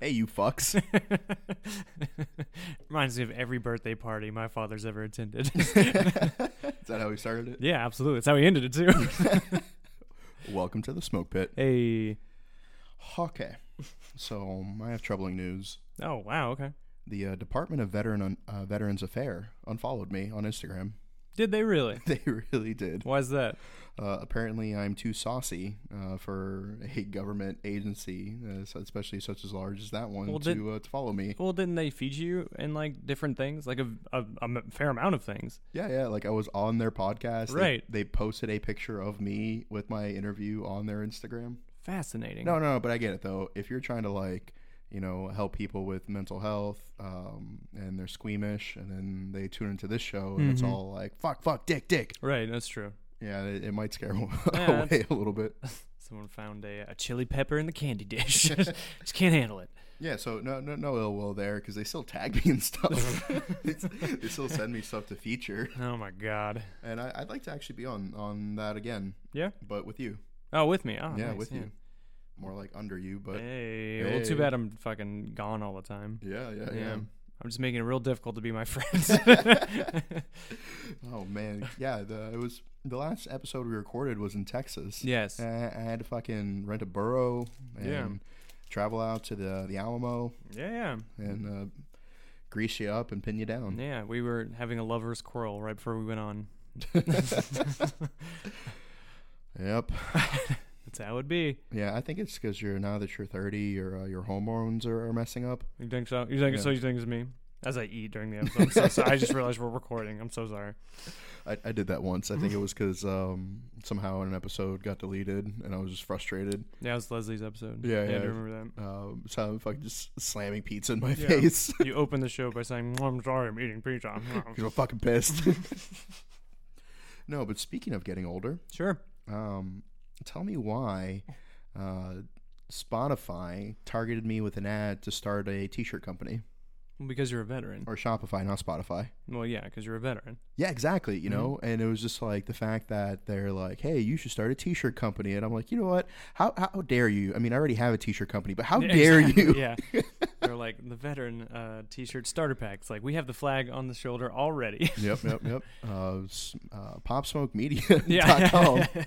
Hey, you fucks. Reminds me of every birthday party my father's ever attended. Is that how we started it? yeah, absolutely. That's how he ended it too. Welcome to the smoke pit. hey. Okay. So, um, I have troubling news. Oh wow. Okay. The uh, Department of Veteran uh, Veterans Affair unfollowed me on Instagram. Did they really? They really did. Why is that? Uh, apparently, I'm too saucy uh, for a government agency, uh, so- especially such as large as that one, Well, did- to, uh, to follow me. Well, didn't they feed you in like different things, like a, a, a m- fair amount of things? Yeah, yeah. Like I was on their podcast. They- Right. They, posted a picture of me with my interview on their Instagram. Fascinating. No, no, but I get it though. If you're trying to like, you know, help people with mental health, um, and they're squeamish, and then they tune into this show, and it's Mm-hmm. all like, fuck, fuck, dick, dick. Right. That's true. Yeah, it, it might scare them Yeah, away a little bit. Someone found a, a chili pepper in the candy dish. Just can't handle it. Yeah, so no, no, no ill will there because they still tag me and stuff. It's- they still send me stuff to feature, Oh my god. and I, I'd like to actually be on on that again, Yeah. but with you. Oh, with me. Oh, yeah, nice, with you. More like under you, but Hey, Well, Hey. too bad I'm fucking gone all the time. yeah, yeah, yeah. Yeah. I'm just making it real difficult to be my friends. Oh man, yeah. The it was the last episode we recorded was in Texas. yes. I, I had to fucking rent a burro and Yeah. travel out to the the Alamo Yeah, and uh, grease you up and pin you yeah. down. Yeah, we were having a lover's quarrel right before we went on. Yep. That's how it would be. Yeah, I think it's because you're now that you're 30, your uh, your hormones are, are messing up. You think so? You think Yeah. so? You think it's me? As I eat during the episode. I'm so sorry. I just realized we're recording. I'm so sorry. I, I did that once. I think it was because um, somehow an episode got deleted and I was just frustrated. Yeah, it was Leslie's episode. Yeah, I yeah. do remember Um, so I'm fucking just slamming pizza in my Yeah. face. that. You opened the show by saying, "Mm, I'm sorry, I'm eating pizza. Because I'm fucking pissed. no, but speaking of getting older, sure. um, tell me why uh, Spotify targeted me with an ad to start a t-shirt company Well, because you're a veteran. or Shopify, not Spotify. Well, yeah, because you're a veteran. Yeah, exactly. You know, Mm-hmm. and it was just like the fact that they're like, "Hey, you should start a T-shirt company," and I'm like, "You know what? How how dare you? I mean, I already have a T-shirt company, but how Yeah, dare exactly, you? Yeah. They're like the veteran uh, t-shirt starter pack. It's like we have the flag on the shoulder already. Yep, yep, yep. Uh, s- uh, Yeah. PopSmokeMedia.com.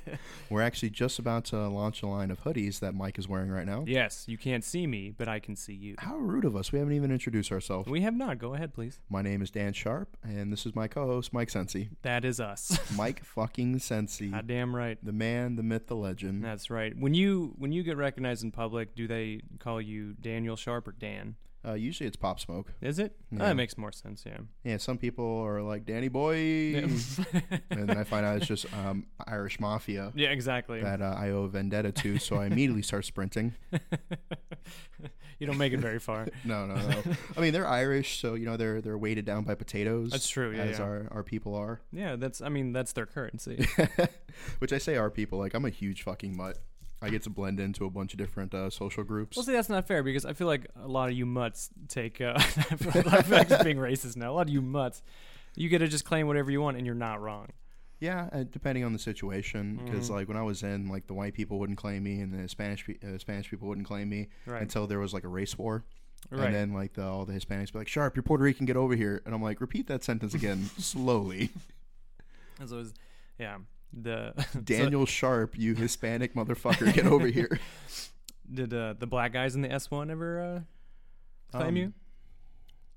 We're actually just about to launch a line of hoodies that Mike is wearing right now. yes, you can't see me, but I can see you. How rude of us! We haven't even introduced ourselves. We have not. Go ahead, please. My name is Dan Sharp, and this is my co-host Mike Sensi. That is us. Mike fucking Sensi, Goddamn right. the man, the myth, the legend. That's right. When you when you get recognized in public, do they call you Daniel Sharp or Dan? Uh, usually it's Pop Smoke. Is it? Oh, Yeah. That makes more sense. Yeah. Yeah, some people are like Danny Boy, and then I find out it's just um, Irish Mafia Yeah. Exactly. that uh, I owe a vendetta to. So I immediately start sprinting. you don't make it very far. No, no, no. I mean, they're Irish, so you know they're they're weighted down by potatoes. That's true, yeah, as yeah. our our people are. yeah. That's. I mean, that's their currency. Which I say our people. Like I'm a huge fucking mutt. I get to blend into a bunch of different uh, social groups. Well, see, that's not fair because I feel like a lot of you mutts take. Uh, I feel like I'm being racist now. A lot of you mutts, you get to just claim whatever you want, and you're not wrong. Yeah, uh, depending on the situation, because Mm-hmm. like when I was in, like the white people wouldn't claim me, and the Spanish pe- uh, Spanish people wouldn't claim me Right. until there was like a race war, Right. and then like the, all the Hispanics be like, "Sharp, you're Puerto Rican, get over here," and I'm like, "Repeat that sentence again, slowly." And so, it's, yeah, the Daniel Sharp, you Hispanic motherfucker, get over here. did uh, the black guys in the S one ever uh, claim Um, you?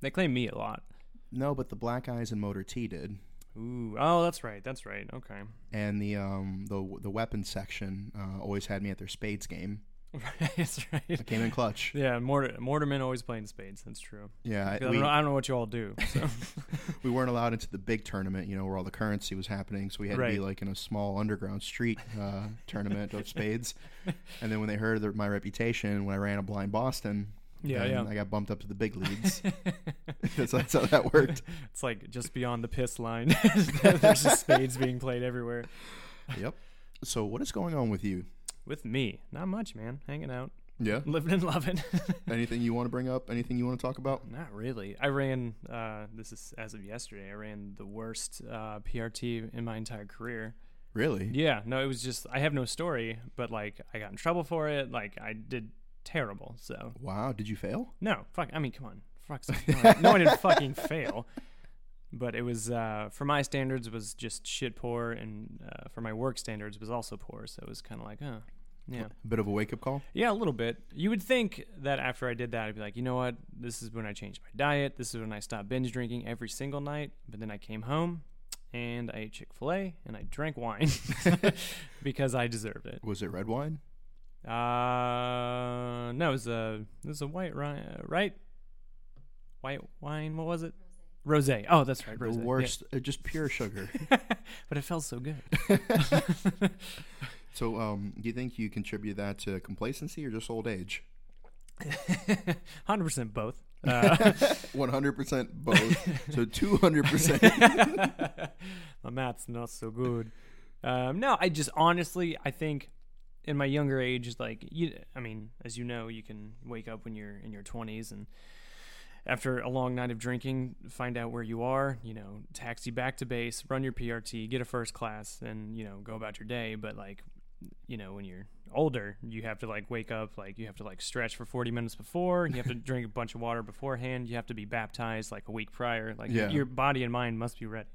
They claim me a lot. No, but the black guys in Motor T did, Ooh, oh, that's right, that's right. Okay, and the um the the weapons section uh, always had me at their spades game. that's I right. came in clutch. Yeah, Mort- Mortimer always playing spades. That's true. Yeah, I I- don't, we, know, I don't know what you all do. So. we weren't allowed into the big tournament, you know, where all the currency was happening. So we had to be Right. like in a small underground street uh, tournament of spades. And then when they heard that my reputation when I ran a blind Boston, yeah, then yeah. I got bumped up to the big leagues. that's, that's how that worked. It's like just beyond the piss line. There's just spades being played everywhere. Yep. So what is going on with you? With me, not much, man. Hanging out, Yeah. living and loving. Anything you want to bring up? Anything you want to talk about? not really. I ran. Uh, this is as of yesterday. I ran the worst uh, PRT in my entire career. Really? Yeah. No, it was just I have no story, but like I got in trouble for it. Like I did terrible. So Wow, did you fail? no, fuck. I mean, come on, fuck. no, I didn't fucking fail. But it was uh, for my standards was just shit poor, and uh, for my work standards was also poor. So it was kind of like, oh, yeah. Bit of a wake up call. Yeah, a little bit. You would think that after I did that, I'd be like, you know what? This is when I changed my diet. This is when I stopped binge drinking every single night. But then I came home and I ate Chick fil A and I drank wine because I deserved it. Was it red wine? Uh, no, it was a, it was a white, ri- uh, right? White wine. What was it? Rose. Oh, that's right. Rose. The worst, uh, just pure sugar. But it felt so good. so, um, do you think you contribute that to complacency or just old age? 100% both. Uh, One hundred percent both. so two hundred percent. my math's not so good. Um, no, I just honestly, I think in my younger age, like you, I mean, as you know, you can wake up when you're in your 20s and after a long night of drinking, find out where you are, you know, taxi back to base, run your PRT, get a first class, and, you know, go about your day. But like, you know, when you're older, you have to like wake up, like you have to like stretch for 40 minutes before, you have to drink a bunch of water beforehand, you have to be baptized like a week prior. Like Yeah. your body and mind must be ready.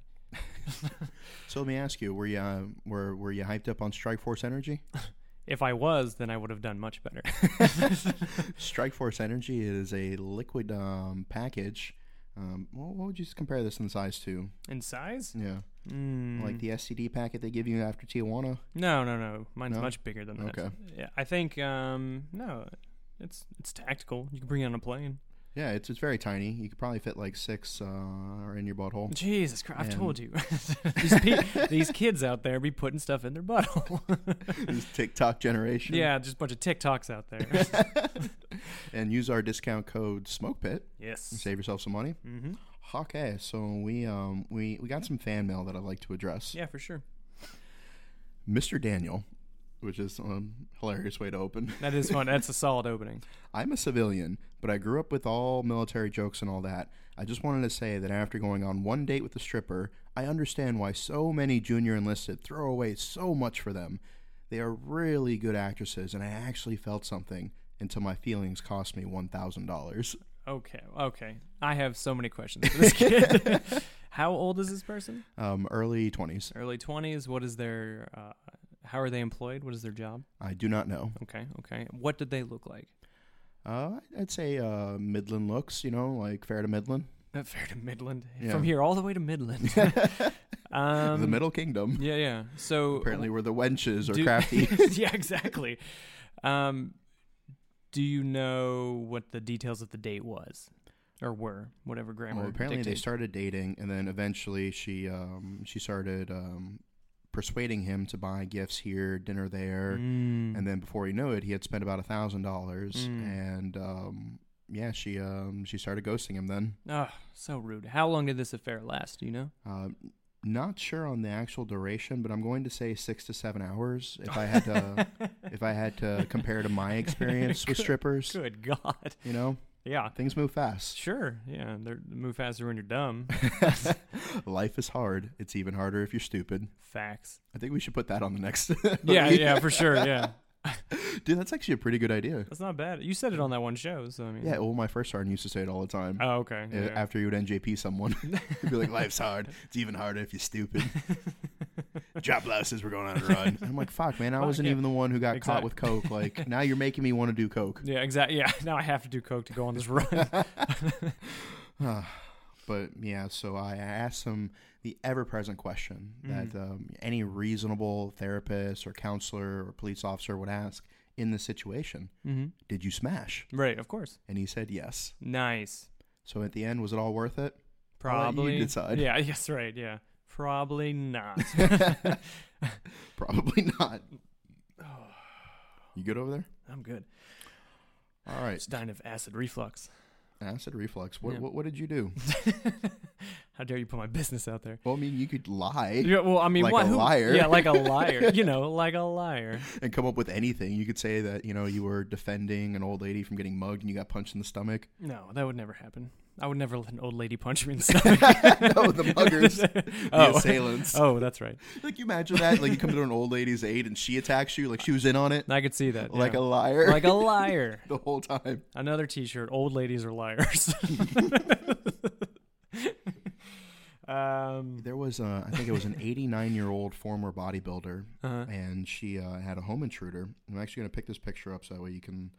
So let me ask you: Were you uh, were were you hyped up on Strike Force Energy? If I was, then I would have done much better. Strike Force Energy is a liquid um, package. Um, wha- what would you s- compare this in size to? In size? Yeah, Mm, like the SCD packet they give you after Tijuana. no, no, no. Mine's No? much bigger than that. Okay. Yeah, I think um, no, it's it's tactical. You can bring it on a plane. Yeah, it's it's very tiny. You could probably fit like six uh, are in your butthole. Jesus Christ! I've And- told you. these, pe- these kids out there be putting stuff in their butthole. This TikTok generation. yeah, just a bunch of TikToks out there. And use our discount code SmokePit. and yes. Save yourself some money. Mm-hmm. Okay, so we um we, we got some fan mail that I'd like to address. Yeah, for sure. Mr. Daniel, which is um hilarious way to open. That is fun. That's a solid opening. I'm a civilian, but I grew up with all military jokes and all that. I just wanted to say that after going on one date with a stripper, I understand why so many junior enlisted throw away so much for them. They are really good actresses, and I actually felt something until my feelings cost me $1,000. Okay. Okay. I have so many questions for this kid. How old is this person? Um, early 20s. early 20s what is their uh, how are they employed what is their job I do not know. okay okay what did they look like Uh, I'd say uh, Midland looks, you know, like fair to Midland. Uh, fair to midland Yeah. from here all the way to midland um, the Middle Kingdom. yeah yeah so Apparently, where the wenches are do- crafty. yeah exactly um, do you know what the details of the date was or were whatever grammar Well, apparently they dictates. started dating, and then eventually she um, she started um, persuading him to buy gifts here, dinner there, Mm. and then before you know it, he had spent about a thousand dollars, Mm. and um, yeah, she um, she started ghosting him. Then oh so rude how long did this affair last do you know uh, not sure on the actual duration, but I'm going to say six to seven hours if I had to if I had to compare to my experience with Good- strippers. good god You know, yeah things move fast. Sure. Yeah. They're, they move faster when you're dumb. Life is hard. It's even harder if you're stupid. Facts. I think we should put that on the next. Yeah. Yeah. For sure. Yeah. Dude, that's actually a pretty good idea. That's not bad. You said it on that one show. So I mean. Yeah, well, my first sergeant used to say it all the time. Oh, okay. Uh, Yeah. After you would NJP someone, he'd be like, "Life's hard. It's even harder if you're stupid." Drop blouses. We're going on a run. I'm like, "Fuck, man! I Fuck, wasn't yeah. even the one who got caught Exact- with coke. Like, now you're making me want to do coke." Yeah. Exactly. Yeah. Now I have to do coke to go on this run. But yeah, so I asked him the ever-present question Mm. that um, any reasonable therapist or counselor or police officer would ask in this situation: hmm Did you smash? Right. Of course. And he said yes. Nice. So at the end, was it all worth it? I'll let you Probably. decide. Yeah. Yes. Right. Yeah. Probably not. Probably not. You good over there? Oh, I'm good. All right. Just dying of acid reflux. Acid reflux. What, Yeah. what, what did you do? How dare you put my business out there? Well, I mean, you could lie Yeah, well, I mean, Like what? a who- liar. Yeah, like a liar. you know, like a liar. and come up with anything. You could say that, you know, you were defending an old lady from getting mugged and you got punched in the stomach. No, that would never happen. I would never let an old lady punch me in the stomach. No, the muggers. oh. The assailants. Oh, that's right. Like you imagine that, like you come to an old lady's aid and she attacks you, like she was in on it, I could see that. like yeah. a liar, like a liar. the whole time. Another T-shirt. Old ladies are liars. um, There was, uh, I think it was an 89 year old former bodybuilder, uh, and she uh, had a home intruder. I'm actually gonna pick this picture up so that way you can.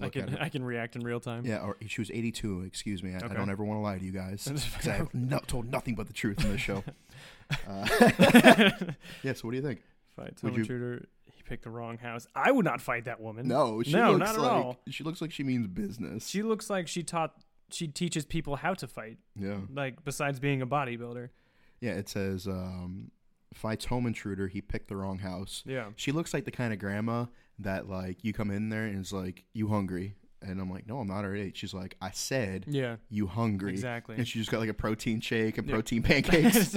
I Look at can it. I can react in real time. Yeah, or she was 82. Excuse me. I, I Okay. don't ever want to lie to you guys. 'cause I've no, told nothing but the truth in this show. Uh, yeah. So what do you think? Fight Tom Would you- intruder. He picked the wrong house. I would not fight that woman. No, she No, looks not at like all. she looks like she means business. She looks like she taught. She teaches people how to fight. yeah. Like besides being a bodybuilder. Yeah, it says um, fights home intruder. He picked the wrong house. Yeah. She looks like the kind of grandma that like you come in there and is like, "You hungry?" And I'm like, "No, I'm not already." She's like, "I said Yeah. you hungry." Exactly. And she just got like a protein shake and Yeah. protein pancakes.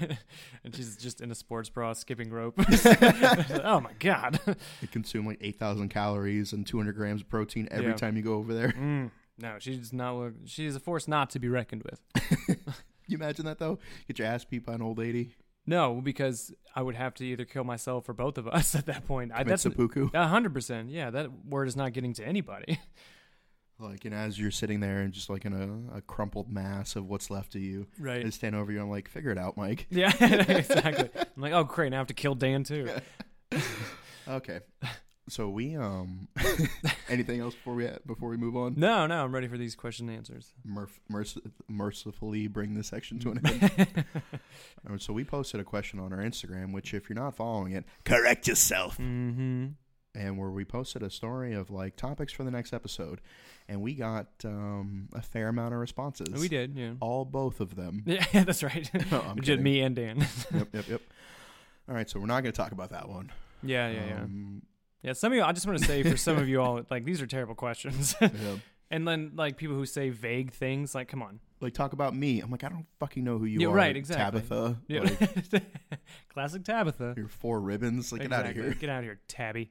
and she's just in a sports bra skipping rope. oh my god. it consumed like 8,000 calories and 200 grams of protein every Yeah. time you go over there. Mm. No, she does not look. She is a force not to be reckoned with. you imagine that though? Get your ass beat by an old lady. No, because I would have to either kill myself or both of us at that point. I, Commit that's seppuku. a hundred percent. Yeah, that word is not getting to anybody. Like, and as you're sitting there and just like in a, a crumpled mass of what's left of you, Right. I stand over you. I'm like, figure it out, Mike. yeah, exactly. I'm like, oh great, now I have to kill Dan too. Okay. So we um, anything else before we before we move on? No, no, I'm ready for these question and answers. Merf, merc- mercifully bring this section to an end. All right, so we posted a question on our Instagram, which if you're not following it, correct yourself. Mm-hmm. and where we posted a story of like topics for the next episode, and we got um, a fair amount of responses. We did. Yeah. all both of them. Yeah, that's right. No, I'm Just kidding. me and Dan. yep, yep, yep. All right, so we're not going to talk about that one. yeah, yeah, yeah. Um, Yeah, some of you, I just want to say for some of you all, like, these are terrible questions. yeah. and then, like, people who say vague things, like, come on. Like talk about me. I'm like, I don't fucking know who you Yeah, are. right, exactly. Tabitha. Yeah. Like, Classic Tabitha. your four ribbons. Like, get out of Exactly. here. Get out of here, Tabby.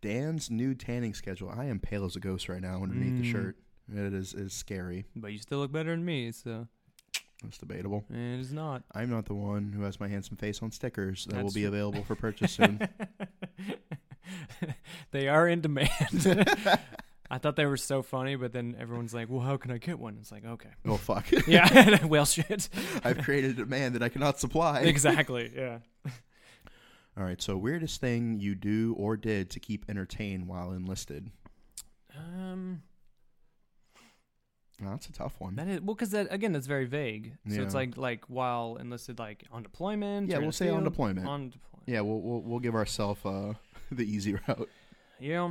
Dan's new tanning schedule. I am pale as a ghost right now underneath the Mm. shirt. It is is scary. But you still look better than me, so It's debatable. and it's not. I'm not the one who has my handsome face on stickers that will That's be available for purchase soon. they are in demand. I thought they were so funny, but then everyone's like, well, how can I get one? It's like, okay. oh fuck! Yeah, well, shit. I've created a demand that I cannot supply. exactly, yeah. All right. So weirdest thing you do or did to keep entertained while enlisted. Um... Now, that's a tough one. That is well, because that again, that's very vague. So it's Hmm. Yeah. like like while enlisted, like on deployment. yeah, or in we'll a say on field. deployment. On deployment. yeah, we'll we'll, we'll give ourselves uh, the easy route. Yeah.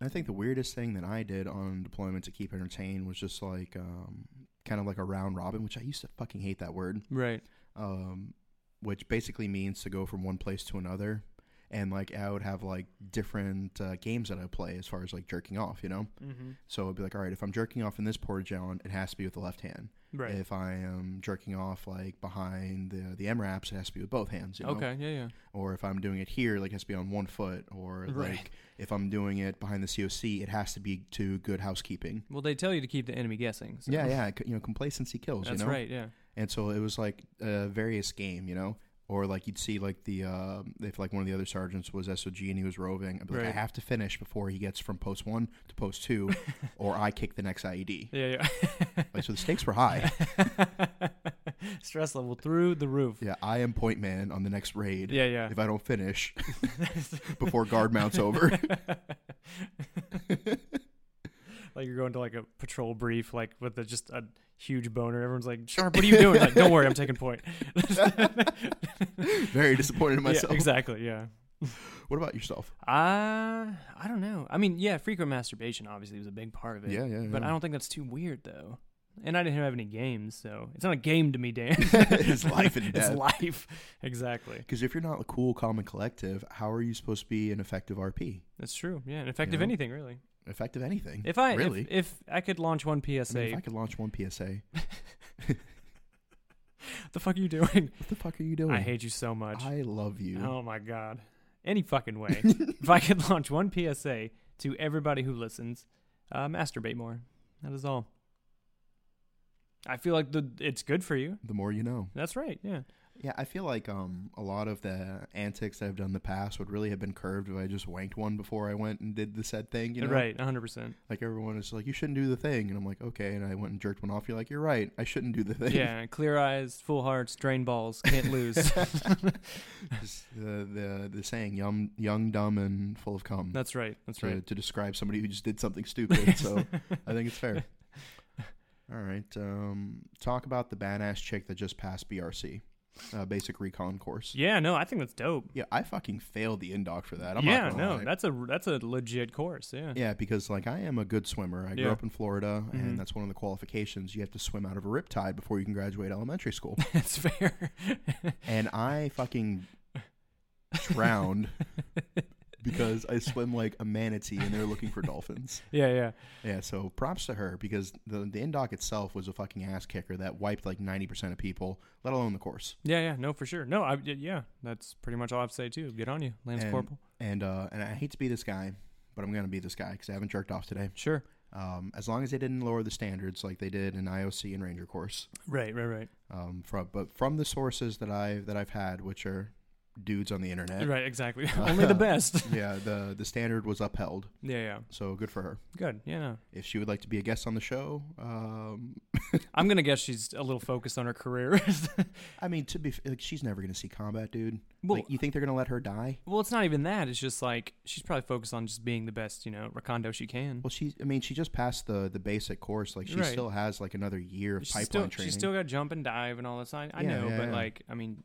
I think the weirdest thing that I did on deployment to keep entertained was just like um, kind of like a round robin, which I used to fucking hate that word. Right. um, which basically means to go from one place to another. And like I would have like different uh, games that I play as far as like jerking off, you know. Mm-hmm. So it'd be like, all right, if I'm jerking off in this portage island, it has to be with the left hand. Right. If I am jerking off like behind the the M wraps, it has to be with both hands. You know? okay. Yeah. Yeah. Or if I'm doing it here, like it has to be on one foot. Or Right. like if I'm doing it behind the COC, it has to be to good housekeeping. Well, they tell you to keep the enemy guessing. So. Yeah, yeah. c- You know, complacency kills. That's you know? right. Yeah. and so it was like a various game, you know, or like you'd see like the uh, if like one of the other sergeants was SOG and he was roving, I'd be like, I Right. have to finish before he gets from post one to post two, or I kick the next IED. Yeah. Like so, the stakes were high. Yeah. Stress level through the roof. Yeah, I am point man on the next raid. Yeah. Yeah. If I don't finish before guard mounts over, like you're going to like a patrol brief, like with a, just a huge boner. Everyone's like, "Sharp, what are you doing?" Like, don't worry, I'm taking point. very disappointed in myself. Yeah, exactly. Yeah. What about yourself? Uh, I don't know. I mean, yeah, frequent masturbation obviously was a big part of it. Yeah, yeah, But yeah. I don't think that's too weird though. And I didn't have any games, so it's not a game to me, Dan. It's life and death. It's life. Exactly. Because if you're not a cool, calm, and collective, how are you supposed to be an effective RP? That's true. Yeah, and effective know? anything really. Effective anything? If I if- really, if, I could launch one PSA, I mean, if I could launch one PSA, what the fuck are you doing? what the fuck are you doing? I hate you so much. I love you. Oh my god. Any fucking way. if I could launch one PSA to everybody who listens, uh, masturbate more. That is all. I feel like the it's good for you. The more you know. That's right. Yeah. Yeah, I feel like um, a lot of the antics that I've done in the past would really have been curved if I just wanked one before I went and did the said thing. You know, Right. 100%. Like everyone is like, you shouldn't do the thing, and I'm like, okay, and I went and jerked one off. You're like, you're right, I shouldn't do the thing. yeah. Clear eyes, full hearts, drain balls, can't lose. Just the the the saying, young, young, dumb, and full of cum. That's right. That's to, right. to describe somebody who just did something stupid. so I think it's fair. All right. Um, talk about the badass chick that just passed BRC, uh, basic recon course. Yeah. No, I think that's dope. Yeah, I fucking failed the indoc for that. I'm yeah. not gonna no, lie. that's a that's a legit course. Yeah. Yeah, because like I am a good swimmer. I grew Yeah. up in Florida, Mhm. and that's one of the qualifications. You have to swim out of a riptide before you can graduate elementary school. That's fair. and I fucking drowned because I swim like a manatee, and they're looking for dolphins. yeah. Yeah. Yeah, so props to her because the the indoc itself was a fucking ass kicker that wiped like ninety percent of people, let alone the course. Yeah, yeah, no, for sure. No, I, y- yeah, that's pretty much all I have to say too. Good on you, Lance And- Corporal. And uh, and I hate to be this guy, but I'm gonna be this guy because I haven't jerked off today. Sure. Um, as long as they didn't lower the standards like they did in IOC and Ranger course. Right, right, right, Um, from but from the sources that I that I've had, which are dudes on the internet. right. Exactly. Only the best. Yeah, the the standard was upheld. Yeah, yeah. So good for her. Good. Yeah. No. If she would like to be a guest on the show, um, I'm gonna guess she's a little focused on her career. I mean, to be f- like, she's never gonna see combat, dude. well, like, you think they're gonna let her die? well, it's not even that. It's just like she's probably focused on just being the best, you know, Rakondo she can. Well, she. I mean, she just passed the the basic course. Like, she Right. still has like another year of she's pipeline still, training. she's still got jump and dive and all this. I, I Yeah, know, yeah, but yeah. like, I mean,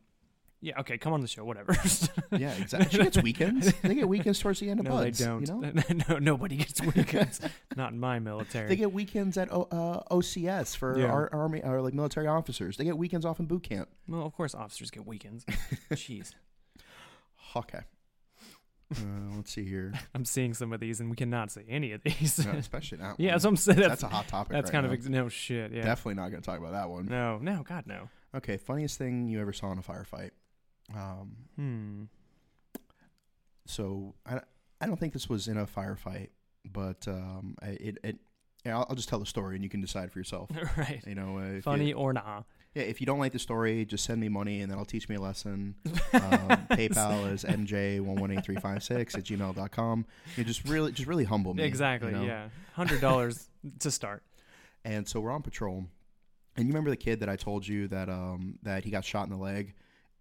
yeah. Okay, come on the show, whatever. yeah, exactly. She gets weekends. They get weekends towards the end of no, buds, they don't. You know? no, nobody gets weekends. not in my military. They get weekends at o, uh, OCS for Yeah. our army or like military officers. They get weekends off in boot camp. well, of course, officers get weekends. Jeez. Okay. Uh, let's see here. I'm seeing some of these, and we cannot say any of these. No, especially that. yeah, one. so I'm saying that's that's a hot topic. right that's kind of now. ex- no shit. Yeah, definitely not going to talk about that one. no, no, God, no. Okay, funniest thing you ever saw in a firefight. Um, Hmm. so I, I don't think this was in a firefight, but um, I- it it yeah, I'll, I'll just tell the story and you can decide for yourself. right. You know, uh, if you- Funny or nah? yeah, if you don't like the story, just send me money and that'll teach me a lesson. Um, PayPal is mj118356 at gmail.com. You just really, just really humble me. you exactly. know? Yeah, hundred dollars to start. And so we're on patrol, and you remember the kid that I told you that um that he got shot in the leg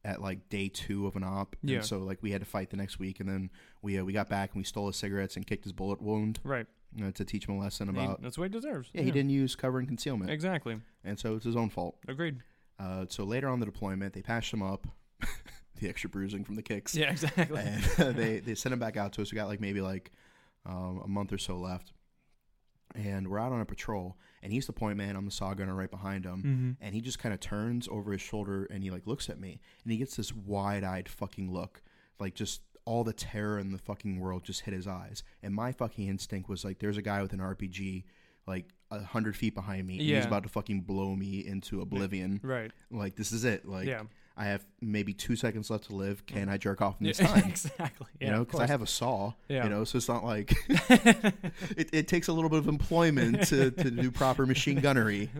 at like day two of an op. Yeah. And so like we had to fight the next week, and then we uh, we got back and we stole his cigarettes and kicked his bullet wound Right. you know, uh, to teach him a lesson He- about. that's what he deserves. yeah, he didn't use cover and concealment, Exactly. and so it's his own fault. Agreed. Uh, so later on the deployment, they patched him up, the extra bruising from the kicks, Yeah. Exactly. and they they sent him back out to us. We got like maybe like um, a month or so left, and we're out on a patrol, and he's the point man. I'm the saw gunner right behind him, Mhm. and he just kind of turns over his shoulder and he like looks at me, and he gets this wide eyed fucking look, like just. All the terror in the fucking world just hit his eyes, and my fucking instinct was like, "There's a guy with an RPG, like a hundred feet behind me, and he's Yeah. about to fucking blow me into oblivion." Right. Like this is it. Like Yeah. Mm. I have maybe two seconds left to live. Can I jerk off in Yeah, this time? exactly. Yeah. you know, of because I have a saw. Yeah. You know, so it's not like it, it takes a little bit of employment to, to do proper machine gunnery.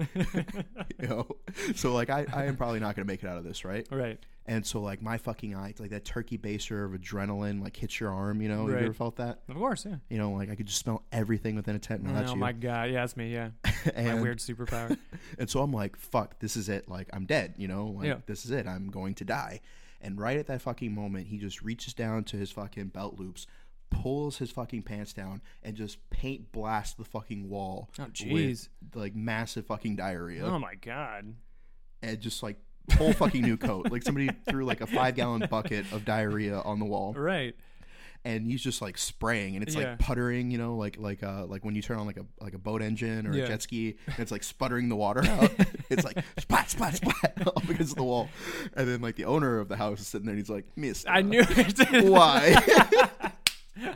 you know, so like I, I am probably not going to make it out of this, right? course. Right. And so like my fucking eye, like that turkey baster of adrenaline, like hits your arm. You know, have Right. you ever felt that? Of course. Yeah. You know, like I could just smell everything within a tent. No, that's oh you. my God. Yeah, that's me. Yeah. my And- weird superpower. And so I'm like, fuck, this is it. Like, I'm dead, you know? Like, Yeah. this is it. I'm going to die. And right at that fucking moment, he just reaches down to his fucking belt loops, pulls his fucking pants down, and just paint blasts the fucking wall. Oh, jeez. with, Like, massive fucking diarrhea. Oh my God. And just like, whole fucking new coat. Like, somebody threw like a five gallon bucket of diarrhea on the wall. Right. And he's just like spraying, and it's Yeah. like puttering, you know, like like uh like when you turn on like a like a boat engine or Yeah. a jet ski, and it's like sputtering the water out. it's like splat splat splat up against the wall, and then like the owner of the house is sitting there, and he's like, "Miss, I knew it. why."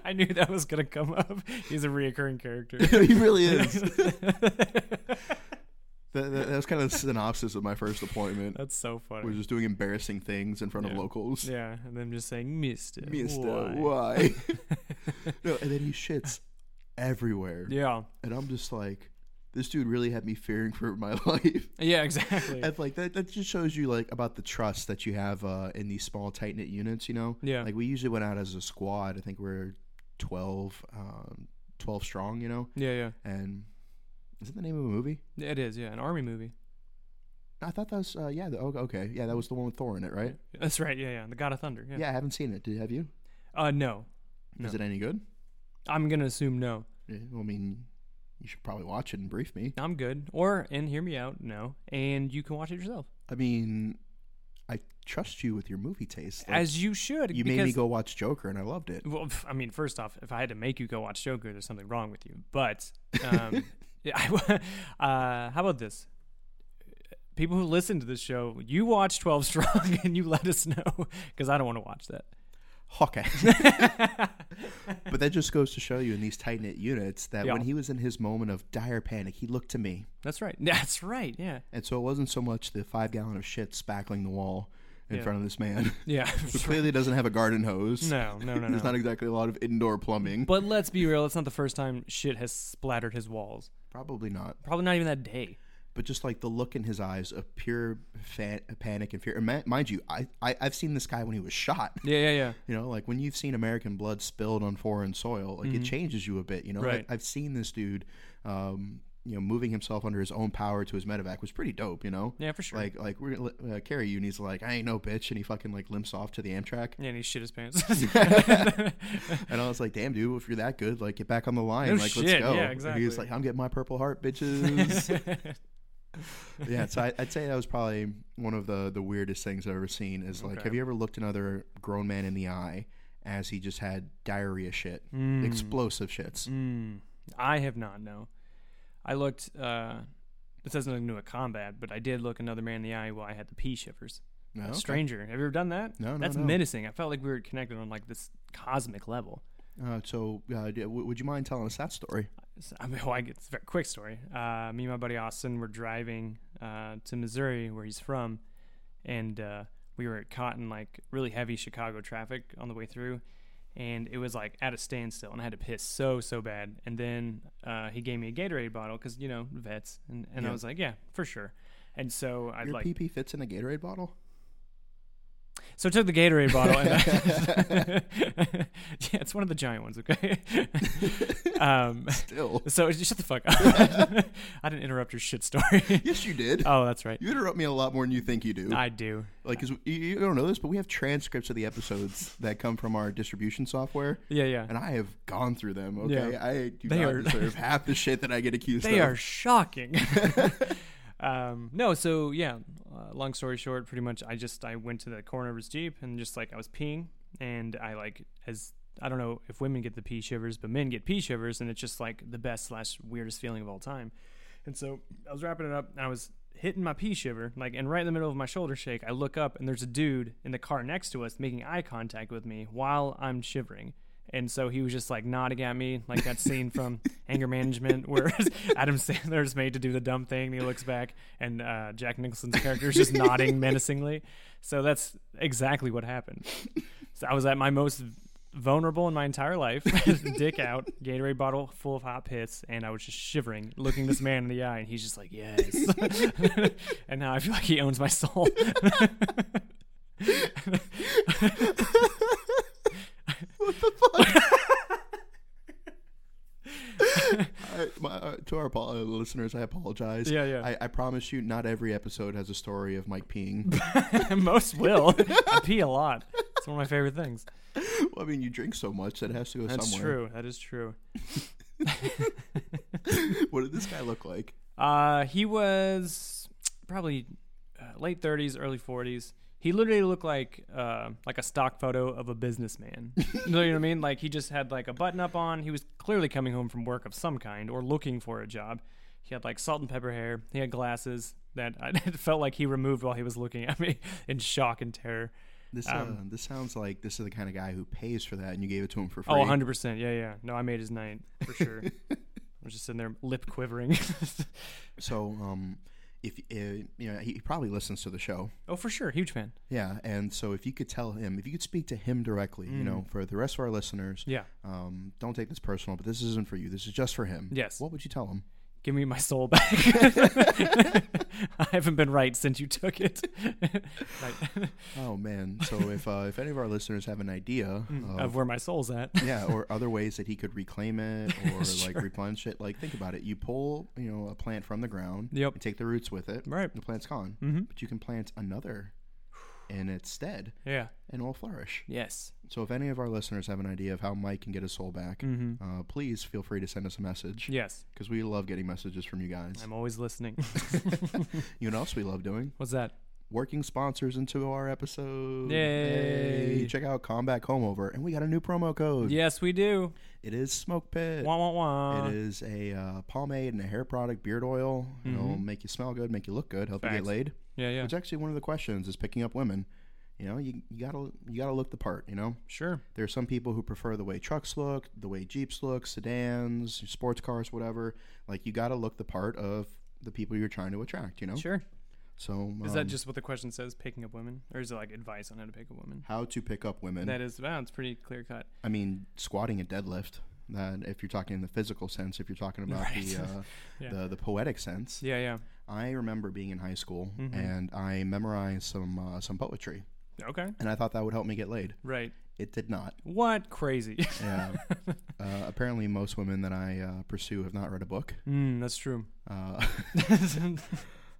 I knew that was gonna come up. He's a reoccurring character. he really is. that, that, that was kind of the synopsis of my first appointment. That's so We're funny. just doing embarrassing things in front of Yeah. locals. Yeah, and then just saying Mister. Mister, why?" why? no, and then he shits everywhere. Yeah. And I'm just like, this dude really had me fearing for my life. Yeah, exactly. And like that, that just shows you like about the trust that you have uh, in these small tight knit units. You know, Yeah. like we usually went out as a squad. I think we are 12, um, 12 strong. You know, yeah, and is that the name of a movie? yeah. It is, yeah, an army movie. I thought that was uh, yeah. The, oh, okay, yeah, that was the one with Thor in it, right? That's right, yeah, yeah. The God of Thunder. Yeah, Yeah. I haven't seen it. Did have you? Uh no. No. Is it any good? I'm gonna assume no. Yeah, well, I mean, you should probably watch it and brief me. I'm good. Or and hear me out, no. And you can watch it yourself. I mean, I trust you with your movie taste. Like, As you should. you because, made me go watch Joker, and I loved it. Well, pff, I mean, first off, if I had to make you go watch Joker, there's something wrong with you. But um, yeah, I, uh, how about this? People who listen to this show, you watch Twelve Strong, and you let us know because I don't want to watch that. Okay. but that just goes to show you in these tight knit units that Yeah. when he was in his moment of dire panic, he looked to me. That's right. That's right. Yeah. And so it wasn't so much the five gallon of shit spackling the wall in Yeah. front of this man, Yeah. who clearly doesn't have a garden hose. no. No. No. There's No. not exactly a lot of indoor plumbing. But let's be real. It's not the first time shit has splattered his walls. Probably not. Probably not even that day. But just like the look in his eyes of pure fa- panic and fear. And ma- mind you, I, I, I've seen this guy when he was shot. Yeah. Yeah. Yeah. You know, like when you've seen American blood spilled on foreign soil, like it changes you a bit. You know, Mm-hmm. Right. I, I've seen this dude, um, you know, moving himself under his own power to his medevac was pretty dope. You know, Yeah. For sure. like like we're uh, Carrie Uni's like I ain't no bitch, and he fucking like limps off to the Amtrak, yeah, and he shit his pants. and I was like, damn dude, if you're that good, like get back on the line, No like shit, let's go. yeah, And he was exactly. like, I'm getting my purple heart, bitches. yeah, so I, I'd say that was probably one of the the weirdest things I've ever seen. Is like, Okay. have you ever looked another grown man in the eye as he just had diarrhea shit, Mm. explosive shits? Mm, I have not. No, I looked. Uh, this has nothing to do with combat, but I did look another man in the eye while I had the pee shivers. No, A okay. stranger. Have you ever done that? No, no, That's no. menacing. I felt like we were connected on like this cosmic level. Uh, so, uh, d- w- would you mind telling us that story? So, I mean, well, I get, it's a very quick story. Uh, me and my buddy Austin were driving uh, to Missouri, where he's from, and uh, we were caught in like really heavy Chicago traffic on the way through, and it was like at a standstill, and I had to piss so so bad. And then uh, he gave me a Gatorade bottle because you know vets, and, and I Yeah. was like, yeah, for sure. And so I'd Your like PP fits in a Gatorade bottle. so I took the Gatorade bottle. And yeah, it's one of the giant ones. Okay. um, Still, so shut the fuck up. I didn't interrupt your shit story. yes, you did. oh, that's right. you interrupt me a lot more than you think you do. I do. Like, 'cause you, you don't know this, but we have transcripts of the episodes that come from our distribution software, Yeah, yeah. and I have gone through them. Okay, Yeah. I do They not are- deserve half the shit that I get accused They of. are shocking. um, no, so yeah. Uh, long story short, pretty much, I just I went to the corner of his jeep and just like I was peeing, and I like as I don't know if women get the pee shivers, but men get pee shivers, and it's just like the best slash weirdest feeling of all time. And so I was wrapping it up, and I was hitting my pee shiver, like, and right in the middle of my shoulder shake, I look up, and there's a dude in the car next to us making eye contact with me while I'm shivering. And so he was just like nodding at me, like that scene from Anger Management where Adam Sandler is made to do the dumb thing, and he looks back, and uh, Jack Nicholson's character is just nodding menacingly. So that's exactly what happened. So I was at my most vulnerable in my entire life, dick out, Gatorade bottle full of hot pits, and I was just shivering, looking this man in the eye, and he's just like, "Yes," and now I feel like he owns my soul. I, my, uh, to our apo- uh, listeners, I apologize. Yeah, yeah. I, I promise you, not every episode has a story of Mike peeing. Most will. I pee a lot. It's one of my favorite things. well, I mean, you drink so much that it has to go That's somewhere. true. That is true. What did this guy look like? Uh, he was probably uh, late 30s, early 40s. He literally looked like uh, like a stock photo of a businessman. you know what I mean? Like he just had like a button up on. He was clearly coming home from work of some kind or looking for a job. He had like salt and pepper hair. He had glasses that I it felt like he removed while he was looking at me in shock and terror. This Um, uh, this sounds like this is the kind of guy who pays for that, and you gave it to him for free. Oh, 100%. Yeah, yeah. No, I made his night for sure. I was just sitting there lip quivering. So, um, if uh, you know, he probably listens to the show. Oh, for sure, huge fan. Yeah, and so if you could tell him, if you could speak to him directly, you know, for the rest of our listeners, Mm. Yeah, um, don't take this personal, but this isn't for you. This is just for him. Yes. What would you tell him? give me my soul back. I haven't been right since you took it. right. Oh man. So if uh, if any of our listeners have an idea of, Mm, of where my soul's at. yeah, or other ways that he could reclaim it or Sure. like replenish it, like think about it. You pull, you know, a plant from the ground, Yep. and take the roots with it. Right. The plant's gone, Mm-hmm. but you can plant another in its stead, Yeah. and it will flourish. Yes. So if any of our listeners have an idea of how Mike can get his soul back, Mm-hmm. uh, please feel free to send us a message Yes. because we love getting messages from you guys. I'm always listening. You know what else we love doing? What's that? Working sponsors into our episode. Yay. Hey, check out Combat Homeover, and we got a new promo code. Yes, we do. It is Smoke Pit. Wah wah wah. It is a uh, pomade and a hair product, beard oil. It'll make you smell good, make you look good, help you get Mm-hmm. Facts. laid. Yeah, yeah. It's actually one of the questions is picking up women. You know, you, you gotta you gotta look the part. You know, Sure. there are some people who prefer the way trucks look, the way jeeps look, sedans, sports cars, whatever. Like you gotta look the part of the people you're trying to attract. You know, Sure. so Is that um, just what the question says, picking up women? Or is it like advice on how to pick a woman? how to pick up women? That is, wow, it's pretty clear cut. I mean, squatting and deadlift. That if you're talking in the physical sense, if you're talking about Right. the, uh, Yeah. the the poetic sense, Yeah, Mm-hmm. yeah. I remember being in high school and I memorized some uh, some poetry, Okay. and I thought that would help me get laid. Right. It did not. What crazy? Yeah. uh, apparently, most women that I uh, pursue have not read a book. mm, that's true. Uh,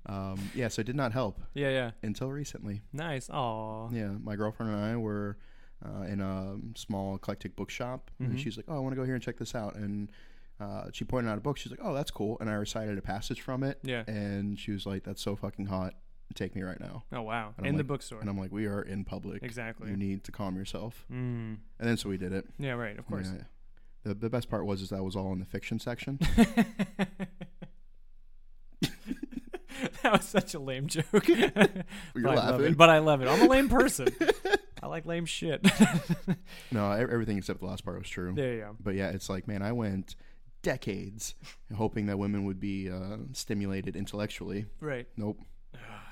um, yeah, so it did not help yeah, yeah. until recently. Nice. Aw. Yeah, my girlfriend and I were uh, in a small eclectic bookshop, Mm-hmm. and she's like, "Oh, I want to go here and check this out." And uh, she pointed out a book. She's like, "Oh, that's cool," and I recited a passage from it. Yeah. and she was like, "That's so fucking hot. Take me right now." Oh, wow. I'm In the like- bookstore. And I'm like, we are in public. Exactly. You need to calm yourself. Mm. And then so we did it. Yeah, right. Of course. Yeah. The, the best part was is that was all in the fiction section. that was such a lame joke. But I love laughing. it. But I love it. I'm a lame person. I like lame shit. no, e- everything except the last part was true. there you go. But yeah, it's like, man, I went decades hoping that women would be uh, stimulated intellectually. Right. Nope.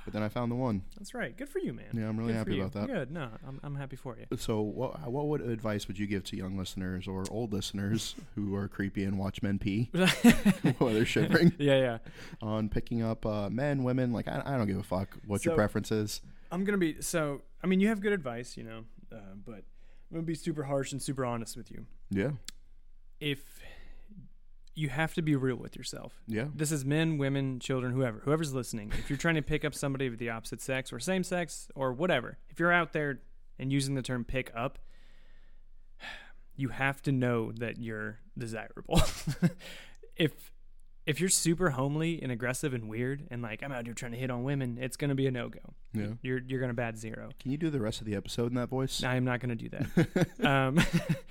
But then I found the one. That's right. Good for you, man. Yeah, I'm really Good for happy you. about that. Good. No, I'm, I'm happy for you. So, what what would advice would you give to young listeners or old listeners who are creepy and watch men pee while they're shivering Yeah, yeah. on picking up uh, men, women? Like, I, I don't give a fuck what your So- preference is. I'm gonna be so. I mean, you have good advice, you know, uh, but I'm gonna be super harsh and super honest with you. Yeah, If you have to be real with yourself, yeah. this is men, women, children, whoever, whoever's listening. If you're trying to pick up somebody of the opposite sex or same sex or whatever, if you're out there and using the term pick up, you have to know that you're desirable. if if you're super homely and aggressive and weird and like I'm out here trying to hit on women, it's gonna be a no go. Yeah. You're you're gonna bat zero. Can you do the rest of the episode in that voice? I am not going to do that. um,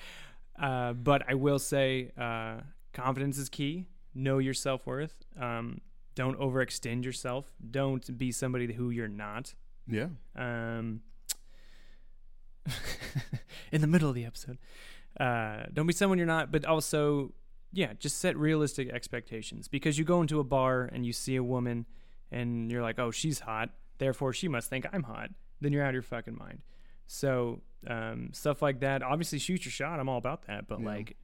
uh, but I will say uh, confidence is key. Know your self worth. Um, don't overextend yourself. Don't be somebody who you're not. Yeah. Um, in the middle of the episode, uh, don't be someone you're not. But also, yeah, just set realistic expectations because you go into a bar and you see a woman and you're like, oh, she's hot. Therefore, she must think I'm hot. Then you're out of your fucking mind. So um, stuff like that. Obviously, shoot your shot. I'm all about that. But like,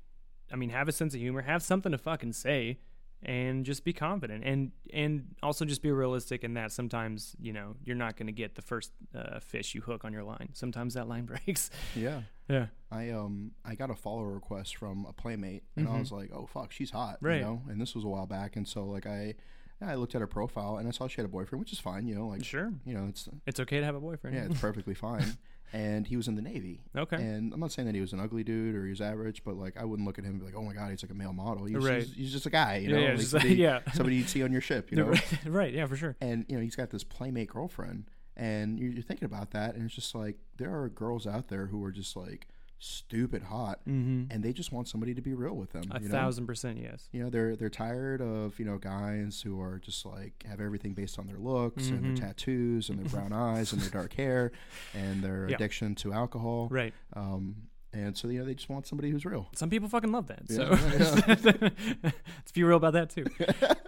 I mean, have a sense of humor. Have something to fucking say, and just be confident. And and also just be realistic in that sometimes you know you're not going to get the first uh, fish you hook on your line. Sometimes that line breaks. Yeah. Yeah. I um I got a follow request from a playmate and I was like, "Oh fuck, she's hot." Mm-hmm. Right. You know? And this was a while back and so like I I looked at her profile and I saw she had a boyfriend, which is fine, you know, like Sure. you know, it's It's okay to have a boyfriend. yeah, it's perfectly fine. And he was in the Navy. Okay. And I'm not saying that he was an ugly dude or he was average, but like I wouldn't look at him and be like, "Oh my god, he's like a male model." He's, Right. he's, he's just a guy, you know, yeah, like just like- somebody, yeah. somebody you'd see on your ship, you know. right, right. Yeah. For sure. and you know he's got this playmate girlfriend and you're, you're thinking about that and it's just like there are girls out there who are just like stupid hot and they just want somebody to be real with them Mm-hmm. A you know thousand percent yes. you know they're they're tired of you know guys who are just like have everything based on their looks and Mm-hmm. their tattoos and their brown eyes and their dark hair and their Yeah. addiction to alcohol Right. um And so you know they just want somebody who's real. Some people fucking love that. Yeah, so let's be real about that too.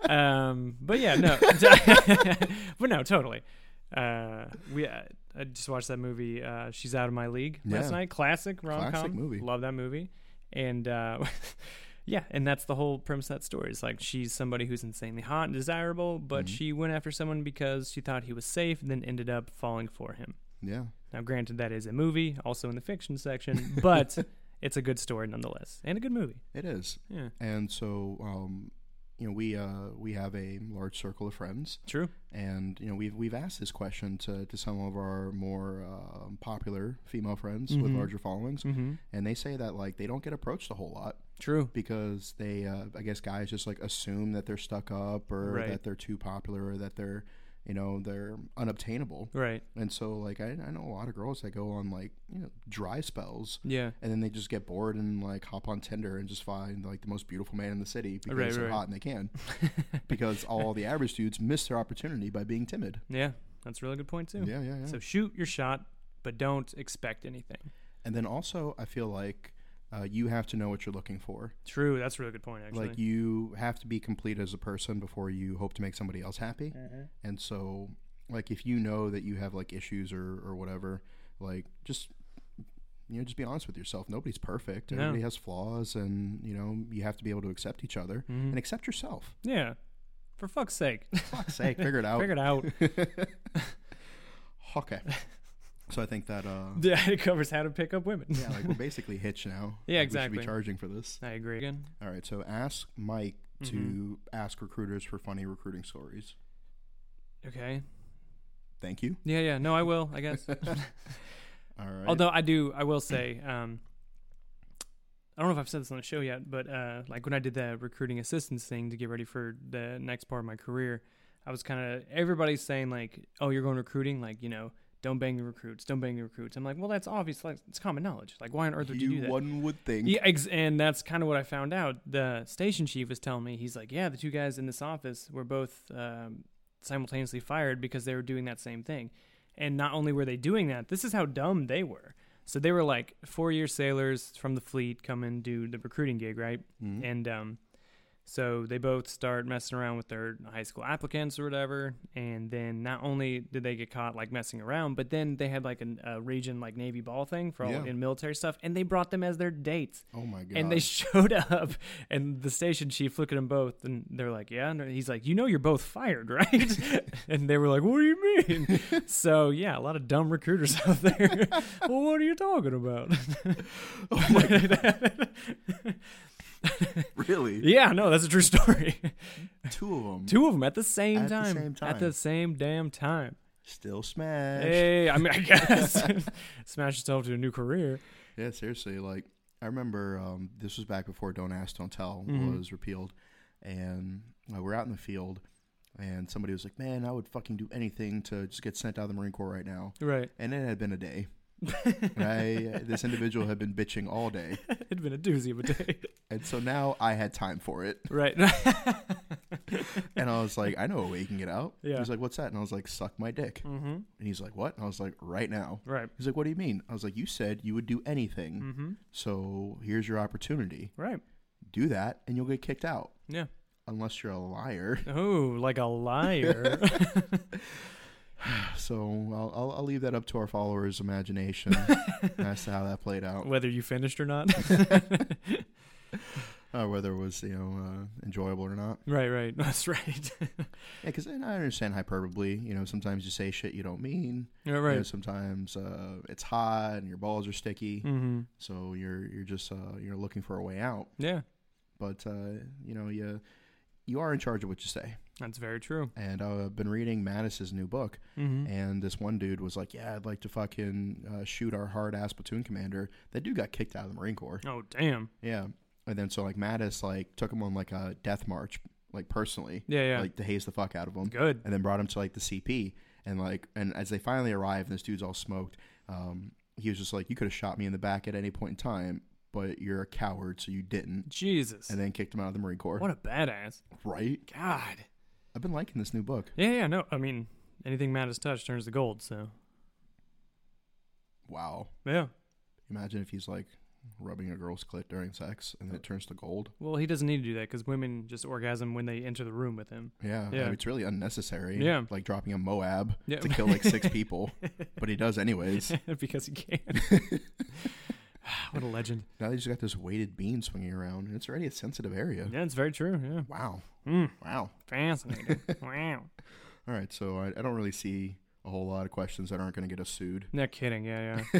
um, but yeah, no, but no, totally. Uh, we uh, I just watched that movie. Uh, She's out of my league Yeah. last night. Classic rom Classic com movie. Love that movie. And uh, yeah, and that's the whole premise of that story. It's like she's somebody who's insanely hot and desirable, but Mhm. she went after someone because she thought he was safe, and then ended up falling for him. Yeah. Now, granted, that is a movie, also in the fiction section, but it's a good story nonetheless, and a good movie. It is. Yeah, And so um, you know we uh, we have a large circle of friends, true. and you know we've we've asked this question to, to some of our more um popular female friends with Mhm. larger followings, Mm-hmm. and they say that like they don't get approached a whole lot True. because they uh, I guess guys just like assume that they're stuck up or Right. that they're too popular or that they're you know they're unobtainable. Right. And so like I, I know a lot of girls that go on like you know dry spells Yeah. and then they just get bored and like hop on Tinder and just find like the most beautiful man in the city because Right, they're right. hot and they can. because all the average dudes miss their opportunity by being timid. Yeah. That's a really good point too. Yeah, yeah, yeah. So shoot your shot, but don't expect anything. and then also I feel like uh, you have to know what you're looking for. True. That's a really good point. Actually. Like you have to be complete as a person before you hope to make somebody else happy. And so like if you know that you have like issues or or whatever, like just you know, just be honest with yourself. Nobody's perfect. No. Everybody has flaws and, you know, you have to be able to accept each other Mhm. and accept yourself. Yeah. For fuck's sake, fuck's sake, figure it out. figure it out. okay. So I think that uh Yeah, it covers how to pick up women. yeah, like we're basically hitch now. Yeah, Like, We exactly. should be charging for this. I agree. Mm-hmm. Again. All right, so ask Mike to ask recruiters for funny recruiting stories. Okay. Thank you. Yeah. Yeah. No, I will. I guess. All right. Although I do, I will say, um, I don't know if I've said this on the show yet, but uh, like when I did the recruiting assistance thing to get ready for the next part of my career, I was kind of everybody's saying like, "Oh, you're going recruiting," like you know, don't bang the recruits, don't bang the recruits. I'm like, well, that's obvious, like it's common knowledge. Like, why on earth would you, do you that? one would think. Yeah, ex- and that's kind of what I found out. The station chief was telling me he's like, yeah, the two guys in this office were both um, simultaneously fired because they were doing that same thing. And not only were they doing that, this is how dumb they were. So they were like four-year sailors from the fleet come and do the recruiting gig, right? Mhm. And um, so they both start messing around with their high school applicants or whatever. And then not only did they get caught like messing around, but then they had like an, a region like Navy ball thing for all Yeah. in military stuff, and they brought them as their dates. oh my god. And they showed up, and the station chief looked at them both, and they're like, "Yeah." And he's like, "You know, you're both fired, right?" and they were like, "What do you mean?" so yeah, a lot of dumb recruiters out there. well, what are you talking about? Oh really? yeah, no, that's a true story. Two of them. Two of them at the same At the time. same At the time. same damn time. Still smashed. Hey, I mean, I guess smash yourself to a new career. Yeah, seriously. Like I remember um, this was back before "Don't Ask, Don't Tell" Mhm. was repealed, and uh, we're out in the field, and somebody was like, "Man, I would fucking do anything to just get sent out of the Marine Corps right now." Right. And it had been a day. and I, this individual had been bitching all day, It'd been a doozy of a day. and so now I had time for it. right. And I was like, "I know a way you can get out." Yeah. He's like, "What's that?" And I was like, "Suck my dick." mm-hmm. And he's like, "What?" And I was like, "Right now." Right. He's like, "What do you mean?" I was like, "You said you would do anything, Mm-hmm. so here's your opportunity. Right. Do that, and you'll get kicked out." Yeah. unless you're a liar. Oh, like a liar. So I'll, I'll, I'll leave that up to our followers' imagination as to how that played out, Whether you finished or not. uh, whether it was you know uh, enjoyable or not. right. Right. That's right. Yeah, because I understand hyperbole. You know, sometimes you say shit you don't mean. Yeah, You know, right. sometimes uh, it's hot and your balls are sticky, Mm-hmm. so you're you're just uh, you're looking for a way out. Yeah. But uh, you know you you are in charge of what you say. That's very true. And uh, I've been reading Mattis's new book, Mm-hmm. And this one dude was like, "Yeah, I'd like to fucking uh, shoot our hard ass platoon commander." That dude got kicked out of the Marine Corps. Oh, damn. Yeah, and then so like Mattis like took him on like a death march, like personally, Yeah. Yeah. like to haze the fuck out of him, Good. and then brought him to like the CP. And like, and as they finally arrived, and this dude's all smoked. Um, he was just like, "You could have shot me in the back at any point in time, but you're a coward, so you didn't." Jesus. And then kicked him out of the Marine Corps. What a badass. Right? God. I've been liking this new book. Yeah. Yeah. No. I mean, anything Matt has touched turns to gold. So. Wow. Yeah. Imagine if he's like, rubbing a girl's clit during sex and it turns to gold. Well, he doesn't need to do that because women just orgasm when they enter the room with him. Yeah, I Yeah. mean, it's really unnecessary. Yeah. like dropping a Moab Yeah. to kill like six people, but he does anyways. because he can. what a legend. Now they just got this weighted beam swinging around, and it's already a sensitive area. Yeah, it's very true. Yeah. Wow, Mm, wow. fascinating. wow. All right, so I, I don't really see a whole lot of questions that aren't going to get us sued. No kidding. Yeah, yeah.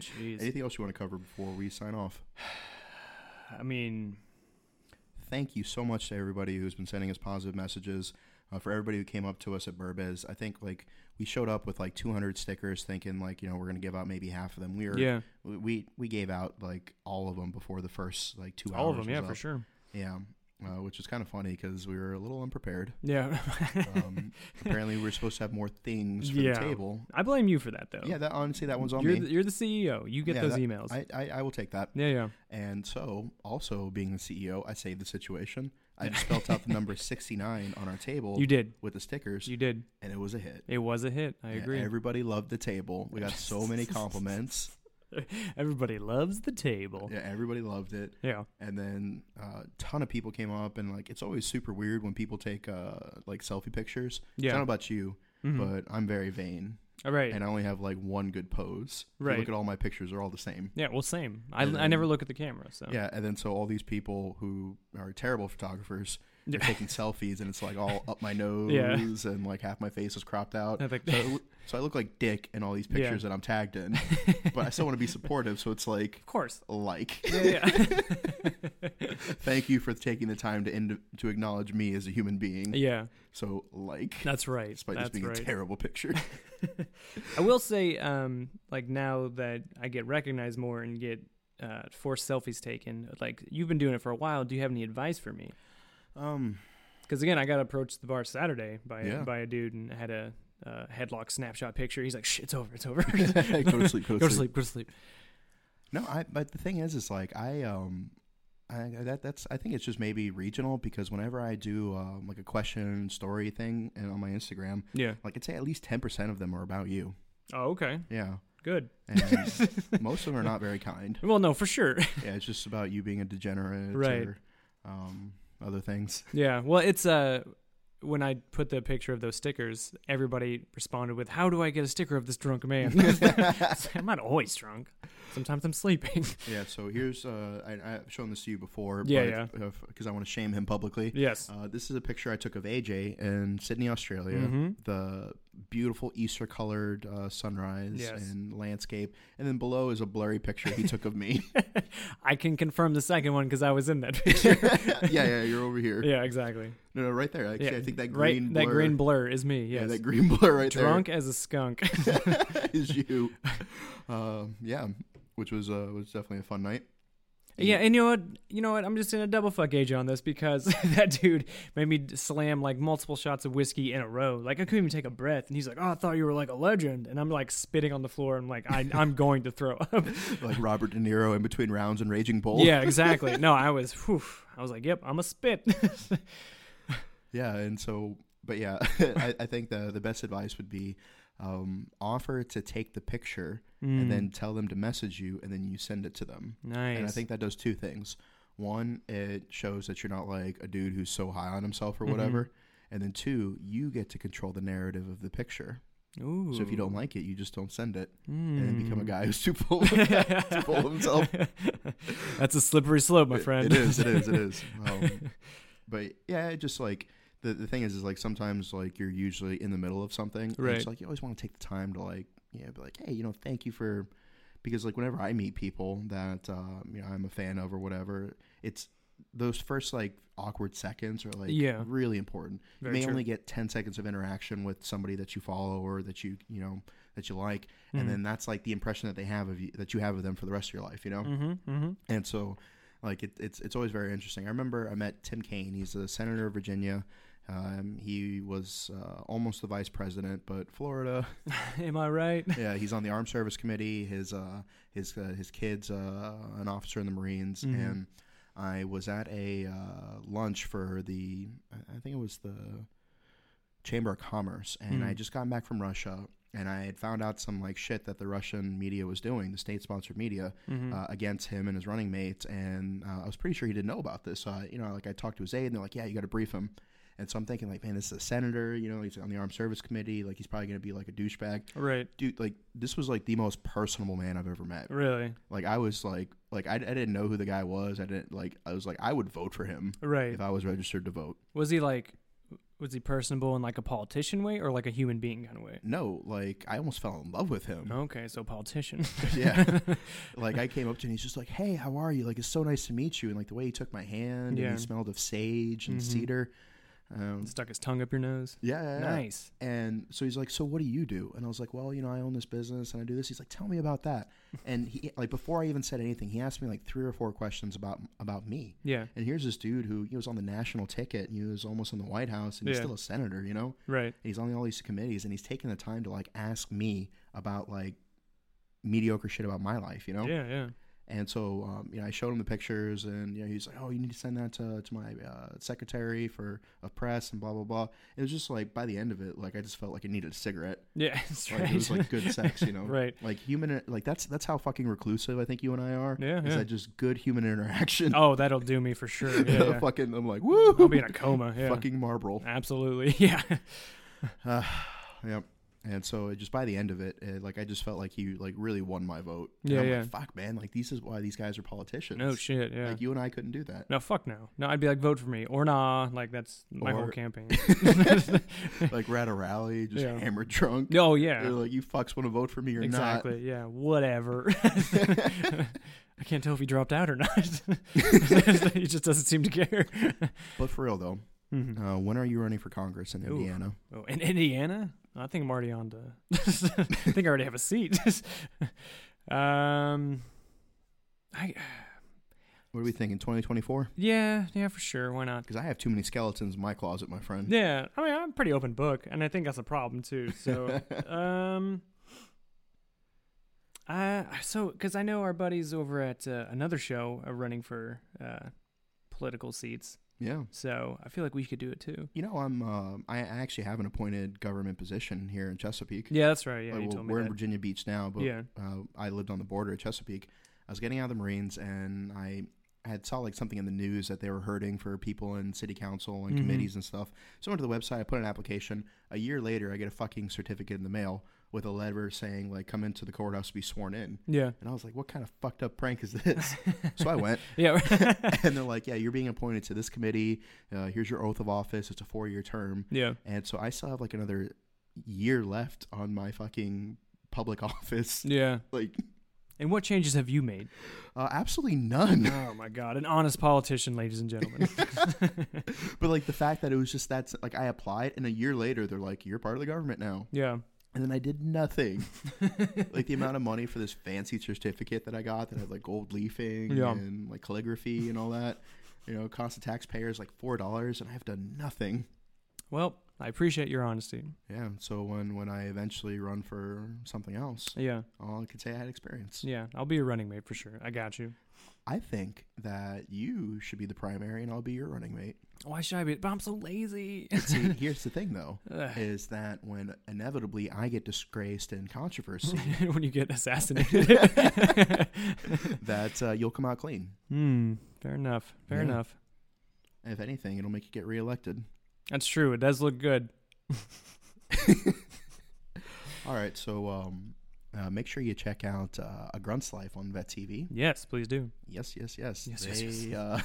Jeez. Anything else you want to cover before we sign off? I mean, thank you so much to everybody who's been sending us positive messages. Uh, for everybody who came up to us at Burbez, I think like we showed up with like 200 stickers, thinking like you know we're gonna give out maybe half of them. We were yeah, we- we we gave out like all of them before the first like two all hours. of was them. Yeah, up. for sure. Yeah, uh, which is kind of funny because we were a little unprepared. Yeah. Um, apparently, we were supposed to have more things for Yeah. the table. I blame you for that, though. Yeah, that honestly, that one's on you're, me. the, you're the CEO. You get Yeah, those that- emails. I, I I will take that. yeah, yeah. And so, also being the CEO, I saved the situation. I just spelt out the number 69 on our table You did. with the stickers, You did. and it was a hit. It was a hit. I Yeah, agree. Everybody loved the table. We got so many compliments. Everybody loves the table. Yeah, everybody loved it. Yeah. And then a uh, ton of people came up, and like it's always super weird when people take uh, like selfie pictures. I don't Yeah. know about you, Mhm. but I'm very vain, All right. and I only have like one good pose. If you Right. Look at all my pictures; they're all the same. yeah. Well, same. I, And I never then- look at the camera. So Yeah, and then so all these people who are terrible photographers are Yeah. taking selfies, and it's like all up my nose, Yeah. and like half my face is cropped out. I think- so, I loo- so I look like dick in all these Yeah. pictures that I'm tagged in, but I still want to be supportive. So it's like, Of course. like, Yeah. Yeah. thank you for taking the time to ind- to acknowledge me as a human being. yeah. So like, That's right. despite That's this being right. a terrible picture, I will say, um, like now that I get recognized more and get uh, forced selfies taken, like you've been doing it for a while. Do you have any advice for me? um, Because again, I got approached at the bar Saturday by Yeah. by a dude and had a uh, headlock snapshot picture. He's like, "Shit, it's over, it's over." go to sleep, go to go to sleep. sleep. Go to sleep. No, I. But the thing is, is like I um, I that that's I think it's just maybe regional because whenever I do um, like a question story thing and on my Instagram, Yeah. like I'd say at least ten percent of them are about you. Oh, okay. Yeah, Good. and most of them are not very kind. Well, no, for sure. Yeah, it's just about you being a degenerate, Right. Or, um, other things. yeah. Well, it's uh when I put the picture of those stickers, everybody responded with, "How do I get a sticker of this drunk man?" I'm not always drunk. Sometimes I'm sleeping. Yeah. So here's uh, I, I've shown this to you before. Yeah, but Because I want to shame him publicly. yes. Uh, this is a picture I took of AJ in Sydney, Australia. Mhm. The beautiful Easter colored uh, sunrise Yes. and landscape. And then below is a blurry picture he took of me. I can confirm the second one because I was in that picture. yeah, yeah, you're over here. yeah, exactly. No, no, right there. Actually, yeah, I think that right, green that blur. green blur is me. Yes. yeah, that green blur right Drunk as a skunk. there is you. Um, yeah, which was uh, was definitely a fun night. yeah, and you know what? You know what? I'm just gonna double fuck age on this because that dude made me slam like multiple shots of whiskey in a row. Like I couldn't even take a breath. And he's like, "Oh, I thought you were like a legend." And I'm like spitting on the floor. and like, I, I'm going to throw up. like Robert De Niro in between rounds and Raging Bull. yeah, exactly. No, I was. Whew, I was like, "Yep, I'm a spit." Yeah, and so, but yeah, I, I think the the best advice would be um, offer to take the picture Hmm. and then tell them to message you, and then you send it to them. Mm, nice. And I think that does two things. One, it shows that you're not like a dude who's so high on himself or Mhm. whatever. And then two, you get to control the narrative of the picture. Ooh. Hmm. So if you don't like it, you just don't send it and then become a guy who's too full, too full of himself. That's a slippery slope, my It- friend. It is. It is. It is. Um, but yeah, it just like the, the thing is, is like sometimes like you're usually in the middle of something. and Right. It's like you always want to take the time to like yeah, be like hey, you know, thank you for because like whenever I meet people that um, you know I'm a fan of or whatever, it's those first like awkward seconds are like Yeah. really important. Very you may true. only get 10 seconds of interaction with somebody that you follow or that you, you know, that you like Mhm. and then that's like the impression that they have of you that you have of them for the rest of your life, you know? Mm-hmm, mm-hmm. And so, like, it, it's it's always very interesting. I remember I met Tim Kaine. He's a senator of Virginia. Um, he was uh, almost the vice president, but Florida. Am I right? yeah, he's on the Armed Service Committee. His uh, his uh, his kids, uh, an officer in the Marines, Mhm. and I was at a uh, lunch for the. I I think it was the Chamber of Commerce, and I Mm. just got back from Russia, and I had found out some like shit that the Russian media was doing, the state-sponsored media, Mhm. uh, against him and his running mates, and uh, I was pretty sure he didn't know about this. So I, you know, like I talked to his aide, and they're like, "Yeah, you got to brief him." And so I'm thinking, like, man, this is a senator. You know, he's on the Armed Service Committee. Like, he's probably going to be like a douchebag, right. dude. Like, this was like the most personable man I've ever met. Really. Like, I was like, like I, I didn't know who the guy was. I didn't like. I was like, I would vote for him Right. if I was registered to vote. Was he like? Was he personable in like a politician way or like a human being kind of way? No, like, I almost fell in love with him. Okay, so politician. yeah. Like I came up to him, he's just like, "Hey, how are you? Like, it's so nice to meet you." And like the way he took my hand, Yeah. and he smelled of sage and Mhm. cedar. Um, Stuck his tongue up your nose. yeah, yeah, yeah. Nice. And so he's like, "So what do you do?" And I was like, "Well, you know, I own this business and I do this." He's like, "Tell me about that." And he like before I even said anything, he asked me like three or four questions about about me. Yeah. And here's this dude who he was on the national ticket, and he was almost in the White House, and he's Yeah. still a senator, you know. Right. And he's on all these committees, and he's taking the time to like ask me about like mediocre shit about my life, you know. Yeah. Yeah. And so, um, you know, I showed him the pictures, and you know, he's like, "Oh, you need to send that to, to my uh, secretary for a press and blah blah blah." It was just like by the end of it, like I just felt like I needed a cigarette. Yeah. That's Like right. it was like good sex, you know. right. Like human, like that's that's how fucking reclusive I think you and I are. Yeah, Is yeah. that just good human interaction? Oh, that'll do me for sure. Yeah. yeah. fucking, I'm like, woo. I'll be in a coma. Yeah. Fucking Marlboro. Absolutely. Yeah. Uh, yep. And so it just by the end of it, it, like I just felt like he like really won my vote. And Yeah, I'm yeah. Like, Fuck, man. Like this is why these guys are politicians. No shit. Yeah. Like you and I couldn't do that. no, fuck no. No, I'd be like, vote for me or nah. Like that's my whole Or- campaign. like we're at a rally, just Yeah. hammered drunk. oh They're yeah. like, you fucks want to vote for me or Exactly. Yeah. Whatever. I can't tell if he dropped out or not. he just doesn't seem to care. not. But for real though, Mhm. uh, when are you running for Congress in Ooh. Indiana? Oh, in Indiana? I think I'm already on to. I think I already have a seat. um, I What do we think in 2024? yeah yeah for sure. Why not? Because I have too many skeletons in my closet, my friend. Yeah, I mean I'm a pretty open book, and I think that's a problem too. So, um, I so because I know our buddies over at uh, another show are running for uh, political seats, Yeah. so I feel like we could do it too. You know, I'm. Uh, I I actually have an appointed government position here in Chesapeake. Yeah, that's right. Yeah, Like, you well, told me we're in that. Virginia Beach now, but Yeah. uh, I lived on the border at Chesapeake. I was getting out of the Marines, and I had saw like something in the news that they were hurting for people in city council and Mhm. committees and stuff. So I went to the website. I put in an application. A year later, I get a fucking certificate in the mail with a letter saying like, "Come into the courthouse to be sworn in." Yeah, And I was like, "What kind of fucked up prank is this?" so I went, yeah, and they're like, "Yeah, you're being appointed to this committee. Uh, here's your oath of office. It's a four year term." yeah. And so I still have like another year left on my fucking public office. Yeah. Like, And what changes have you made? uh, absolutely none. Oh my god, an honest politician, ladies and gentlemen. But like the fact that it was just that's like I applied and a year later they're like, you're part of the government now. yeah. And then I did nothing. like the amount of money for this fancy certificate that I got that had like gold leafing Yeah. and like calligraphy and all that, you know, cost the taxpayers like $4 and I've done nothing. Well, I appreciate your honesty. Yeah. So when, when I eventually run for something else, Yeah. all I could say I had experience. Yeah. I'll be your running mate for sure. I got you. I think that you should be the primary and I'll be your running mate. Why should I be? But I'm so lazy. See, here's the thing though, Ugh. is that when inevitably I get disgraced in controversy, when you get assassinated. that uh, you'll come out clean. hmm. Fair enough. Fair Yeah. enough. If anything, it'll make you get reelected. That's true. It does look good. All right, so um, uh, make sure you check out uh, A Grunt's Life on Vet TV. Yes, please do. Yes, yes, yes. Yes, they yes, yes. Uh,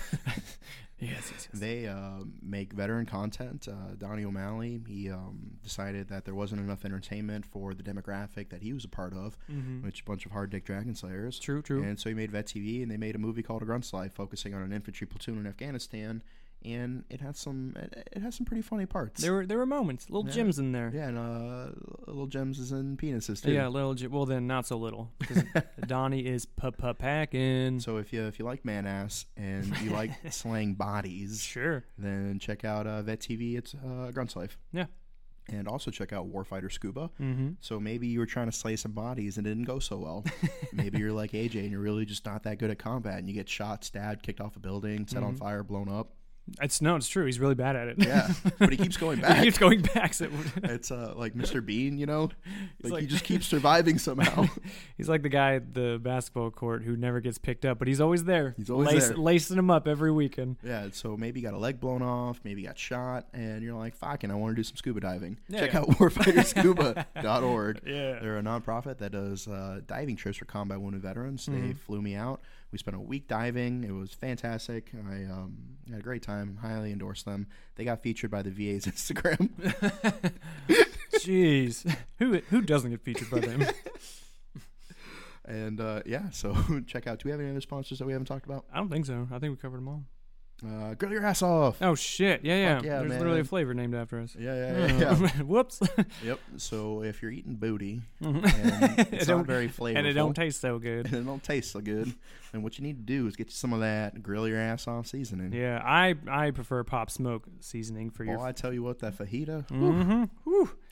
Yes. yes, yes. they uh, make veteran content. Uh, Donnie O'Malley he um, decided that there wasn't enough entertainment for the demographic that he was a part of, Mhm. which a bunch of hard dick dragon slayers. True, true. And so he made Vet TV, and they made a movie called A Grunt's Life, focusing on an infantry platoon in Afghanistan, and it has some it, it has some pretty funny parts. there were there were moments, little Yeah. gems in there. yeah, and uh, little gems is in penises too. Yeah, little. ge- Well, then not so little. 'cause Donnie is p- p- packing. So if you if you like man ass and you like slang bodies, sure. then check out uh, Vet TV. It's uh, A Grunt's Life. Yeah. And also check out Warfighter Scuba. Mm-hmm. So maybe you were trying to slay some bodies and it didn't go so well. maybe you're Mm-hmm. like AJ and you're really just not that good at combat and you get shot, stabbed, kicked off a building, set on fire, blown up. It's no, it's true. He's really bad at it. Yeah, but he keeps going he back. keeps going back. So It's uh, like Mr. Bean, you know, like, he like- just keeps surviving somehow. he's like the guy at the basketball court who never gets picked up, but he's always there. He's always Lace- there. lacing him up every weekend. yeah, so maybe he got a leg blown off, maybe he got shot, and you're like, "Fucking, I want to do some scuba diving." Yeah, Check yeah. out warfighterscuba.org. Yeah. They're a nonprofit that does uh, diving trips for combat wounded veterans. Mm-hmm. They flew me out. We spent a week diving. It was fantastic. I um, had a great time. Highly endorse them. They got featured by the VA's Instagram. Jeez, who who doesn't get featured by them? and uh, yeah, so check out. Do we have any other sponsors that we haven't talked about? I don't think so. I think we covered them all. Uh, Grill your ass off. Oh shit! Yeah, yeah. Fuck yeah, There's man. literally a flavor named after us. Yeah, yeah, yeah. Hmm. yeah. Whoops. yep. So if you're eating booty, Mhm. and it's It not don't- very flavorful, and it don't taste so and good. it don't taste so good, then what you need to do is get you some of that grill your ass off seasoning. Yeah, I I prefer pop smoke seasoning for Well, your. I tell you what, that fajita, hmm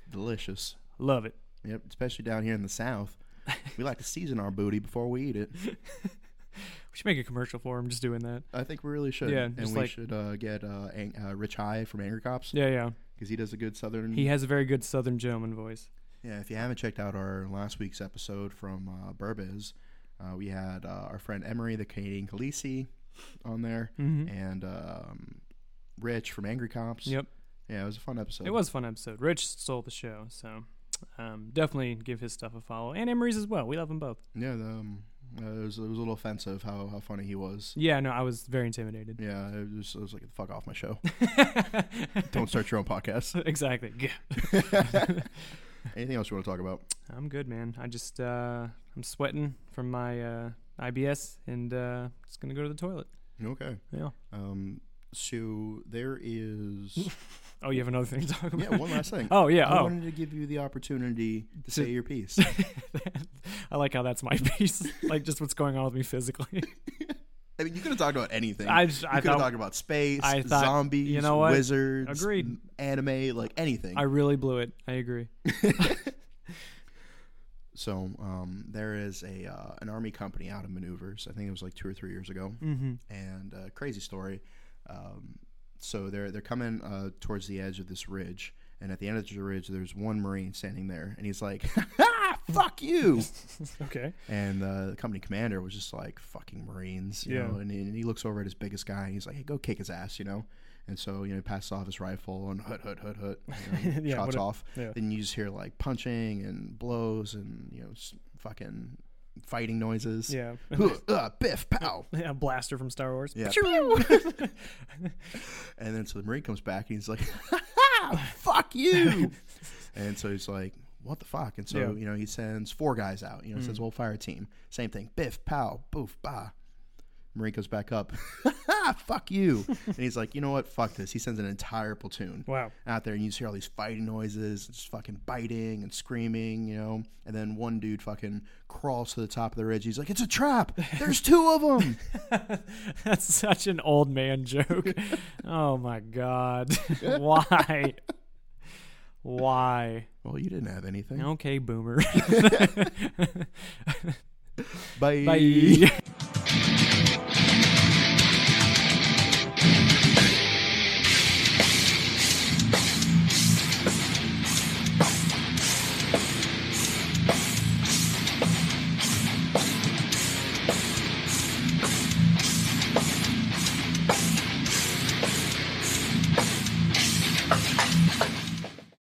delicious. Love it. Yep, especially down here in the South. We like to season our booty before we eat it. We should make a commercial for him just doing that. I think we really should. Yeah, and just we like- should uh, get uh, Ang- uh, Rich High from Angry Cops Yeah, yeah. because he does a good Southern. He has a very good Southern gentleman voice. yeah, if you haven't checked out our last week's episode from uh, Burbiz, uh, we had uh, our friend Emery, the Canadian Khaleesi, on there, Mm-hmm. and um, Rich from Angry Cops. Yep, Yeah, it was a fun episode. it was a fun episode. Rich stole the show, so um, definitely give his stuff a follow and Emery's as well. We love them both. Yeah, the, um, uh, it, was, it was a little offensive how, how funny he was. Yeah, no, I was very intimidated. Yeah, it was, I was like, fuck off my show. Don't start your own podcast. exactly. Yeah. Anything else you want to talk about? I'm good, man. I just uh, I'm sweating from my uh, IBS and uh, just gonna go to the toilet. Okay. Yeah. Um, so there is. Oh, you have another thing to talk about? yeah, one last thing. Oh yeah. I Oh, wanted to give you the opportunity to To- say your piece. I like how that's my piece. like just what's going on with me physically. I mean, you could have talked about anything. I just, you I could have thought talked about space, I thought- zombies, you know what? wizards, Agreed. anime, like anything. I really blew it. I agree. so um, there is a uh, an army company out of maneuvers. I think it was like two or three years ago. Mm-hmm. and uh, crazy story. Um, so they're they're coming uh, towards the edge of this ridge, and at the end of the ridge, there's one marine standing there, and he's like, "Ha, fuck you!" Okay. and uh, the company commander was just like, "Fucking marines," you Yeah. know. And, he- and he looks over at his biggest guy, and he's like, "Hey, go kick his ass," you know. And so you know, he passes off his rifle and hut hut hut hut, you know, Yeah, shots what a- off. yeah. Then you just hear like punching and blows and you know, s- fucking fighting noises. Yeah. Huh, uh, biff, pow. a blaster from Star Wars. Yeah. And then so the Marine comes back and he's like, fuck you. and so he's like, what the fuck? And so, Yeah. you know, he sends four guys out. You know, says, we'll fire a team. Same thing. Biff, pow, boof, bah. Marine goes back up. fuck you. and he's like, you know what? Fuck this. He sends an entire platoon Wow. out there and you just hear all these fighting noises, just fucking biting and screaming, you know. And then one dude fucking crawls to the top of the ridge. He's like, it's a trap. There's two of them. That's such an old man joke. oh my god. Why? Why? well, you didn't have anything. Okay, boomer. Bye. Bye.